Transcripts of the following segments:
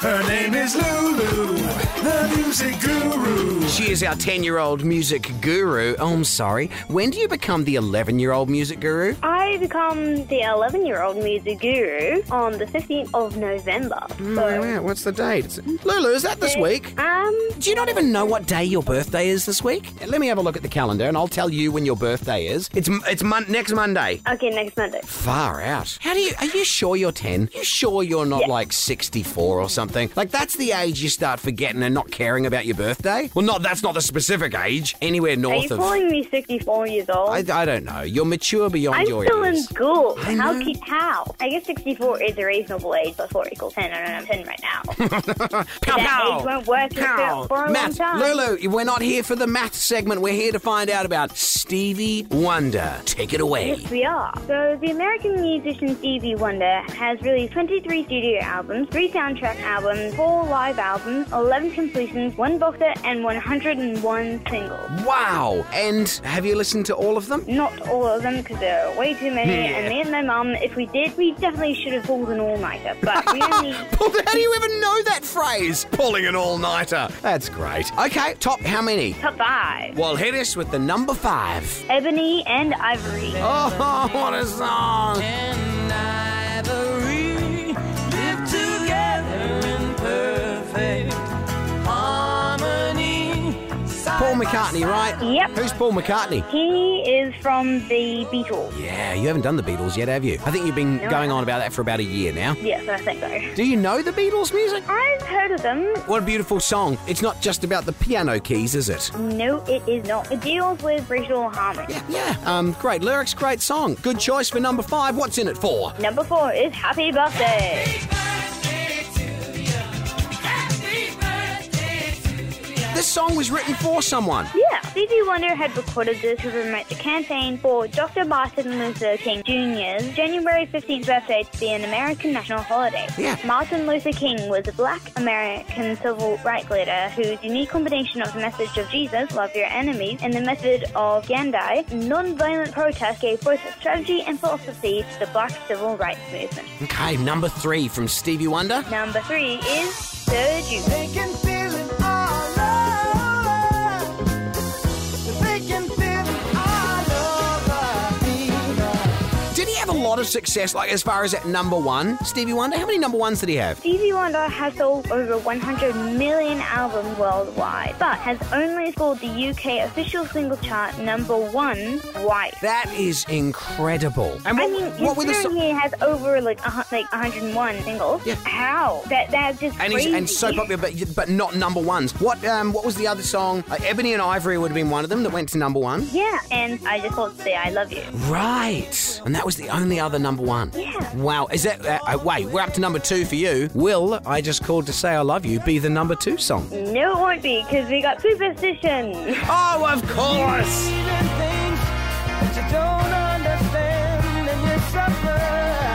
Her name is Lulu, the music guru. She is our 10 year old music guru. Oh, I'm sorry. When do you become the 11 year old music guru? I become the 11 year old music guru on the 15th of November. Oh, So, yeah, what's the date? It's- Lulu, is that this week? um, Do you not even know what day your birthday is this week? Let me have a look at the calendar and I'll tell you when your birthday is. It's it's mon- next Monday. okay, next Monday. Far out. How do you are you sure you're 10? You sure you're not like 64 or something? Like that's the age you start forgetting and not caring about your birthday? Well, not that's not the specific age. Anywhere Are you north of calling me 64 years old? I, I don't know. You're mature beyond I'm your still in years. school. I How? know. Can, how? I guess 64 is a reasonable age, but 4 equals 10, and I'm 10 right now. Pow, That pow. age won't work Pow. for a long Matt, time. Lulu, we're not here for the math segment. We're here to find out about Stevie Wonder. Take it away. Yes, we are. So, the American musician Stevie Wonder has released 23 studio albums, 3 soundtrack albums, 4 live albums, 11 completions, 1 box set, and 101 singles. Wow. And have you listened to all of them? Not all of them, because there are way too many, Yeah. and me and my mum, if we did, we definitely should have pulled an all-nighter, but we only... Paul, How do you even know that phrase? Pulling an all nighter. That's great. Okay, top how many? Top 5. Well, hit us with the number five. Ebony and Ivory. Oh, what a song! Paul McCartney, right? Yep. Who's Paul McCartney? He is from the Beatles. Yeah, you haven't done the Beatles yet, have you? I think you've been going on about that for about a year now. Yes, I think so. Do you know the Beatles music? I've heard of them. What a beautiful song. It's not just about the piano keys, is it? No, it is not. It deals with racial harmony. Yeah, yeah. Um, great lyrics, great song. Good choice for number five. What's in it for? Number four is Happy Birthday. This song was written for someone. Yeah, Stevie Wonder had recorded this to promote the campaign for Dr. Martin Luther King Jr.'s January 15th birthday to be an American national holiday. Yeah. Martin Luther King was a black American civil rights leader whose unique combination of the message of Jesus, love your enemies, and the method of Gandhi, nonviolent protest gave both strategy and philosophy to the black civil rights movement. Okay, number three from Stevie Wonder. Number three is Sir Jude. They can feel it all over. They can feel it all over. Did he have a lot of success, like as far as at number one? Stevie Wonder, how many number ones did he have? Stevie Wonder has sold over 100 million albums worldwide, but has only scored the UK official single chart number one twice. That is incredible. And I what, mean, what were the considering so- he has over like a, hun- like 101 singles. Yeah. How? That that's just and crazy. he's and so popular, but but not number ones. What um what was the other song? Uh, Ebony and Ivory would have been one of them that went to number one. Yeah, and I just thought to say I love you. Right, and that was the only other number one. Yeah. Wow, is that uh, uh, wait? We're up to number two for you. Will I just called to say I love you be the number two song? No, it won't be because we got Superstition. Oh, of course. Even things that you don't understand and you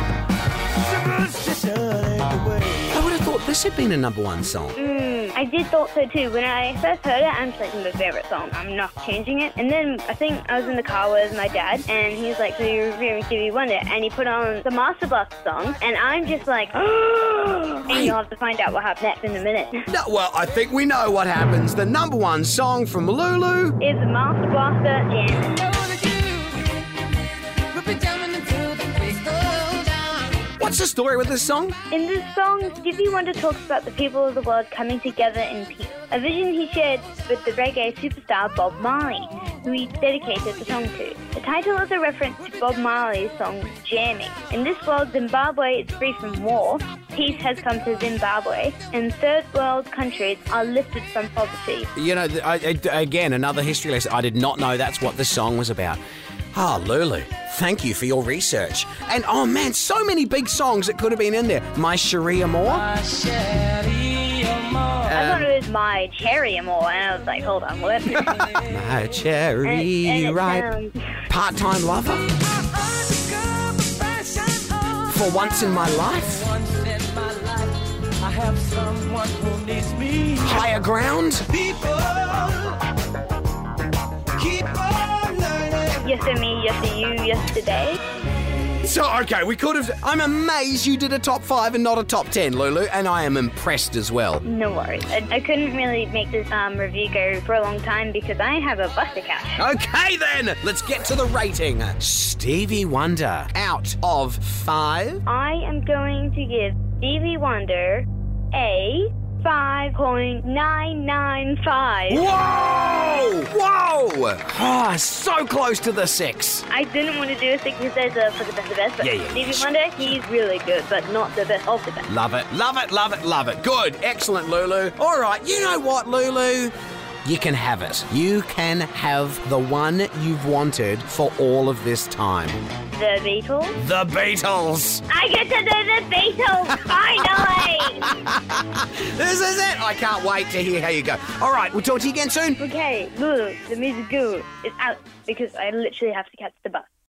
suffer. Superstition ain't the way. I would have thought this had been a number one song. I did thought so too. When I first heard it, I'm like, my favorite song. I'm not changing it. And then I think I was in the car with my dad, and he was like, so you're reviewing Stevie Wonder, and he put on the Master Blaster song, and I'm just like, and you'll have to find out what happened next in a minute. No, well, I think we know what happens. The number one song from Lulu. It's Master Blaster Jam. What's the story with this song? In this song, Stevie Wonder talks about the people of the world coming together in peace. A vision he shared with the reggae superstar Bob Marley, who he dedicated the song to. The title is a reference to Bob Marley's song Jamming. In this world, Zimbabwe is free from war, peace has come to Zimbabwe, and third world countries are lifted from poverty. You know, th- I, I- again, another history lesson. I did not know that's what this song was about. Ah, Lulu, thank you for your research. And oh man, so many big songs that could have been in there. My Sharia Moore. I thought it was my cherry and more, and I was like, hold on, what? My And it- and cherry it ripe. sounds- Part time lover. For once in my life. I have someone who needs me. Higher ground. People keep on learning. Yes to me, yes to you, yesterday. So, okay, we could have. I'm amazed you did a top five and not a top ten, Lulu, and I am impressed as well. No worries. I, I couldn't really make this um, review go for a long time because I have a bus account. Okay, then, let's get to the rating. Stevie Wonder, out of five. I am going to give Stevie Wonder a 5.995. Whoa! Whoa! Ah, so close to the six. I didn't want to do a six because uh, for the best of best, but Yeah, yeah, Stevie yeah. Wonder, he's really good, but not the best of the best. Love it, love it, love it, love it. Good, excellent, Lulu. All right, you know what, Lulu? You can have it. You can have the one you've wanted for all of this time. The Beatles? The Beatles. I get to do the Beatles finally! This is it. I can't wait to hear how you go. All right, we'll talk to you again soon. okay, Lulu, the music guru is out because I literally have to catch the bus.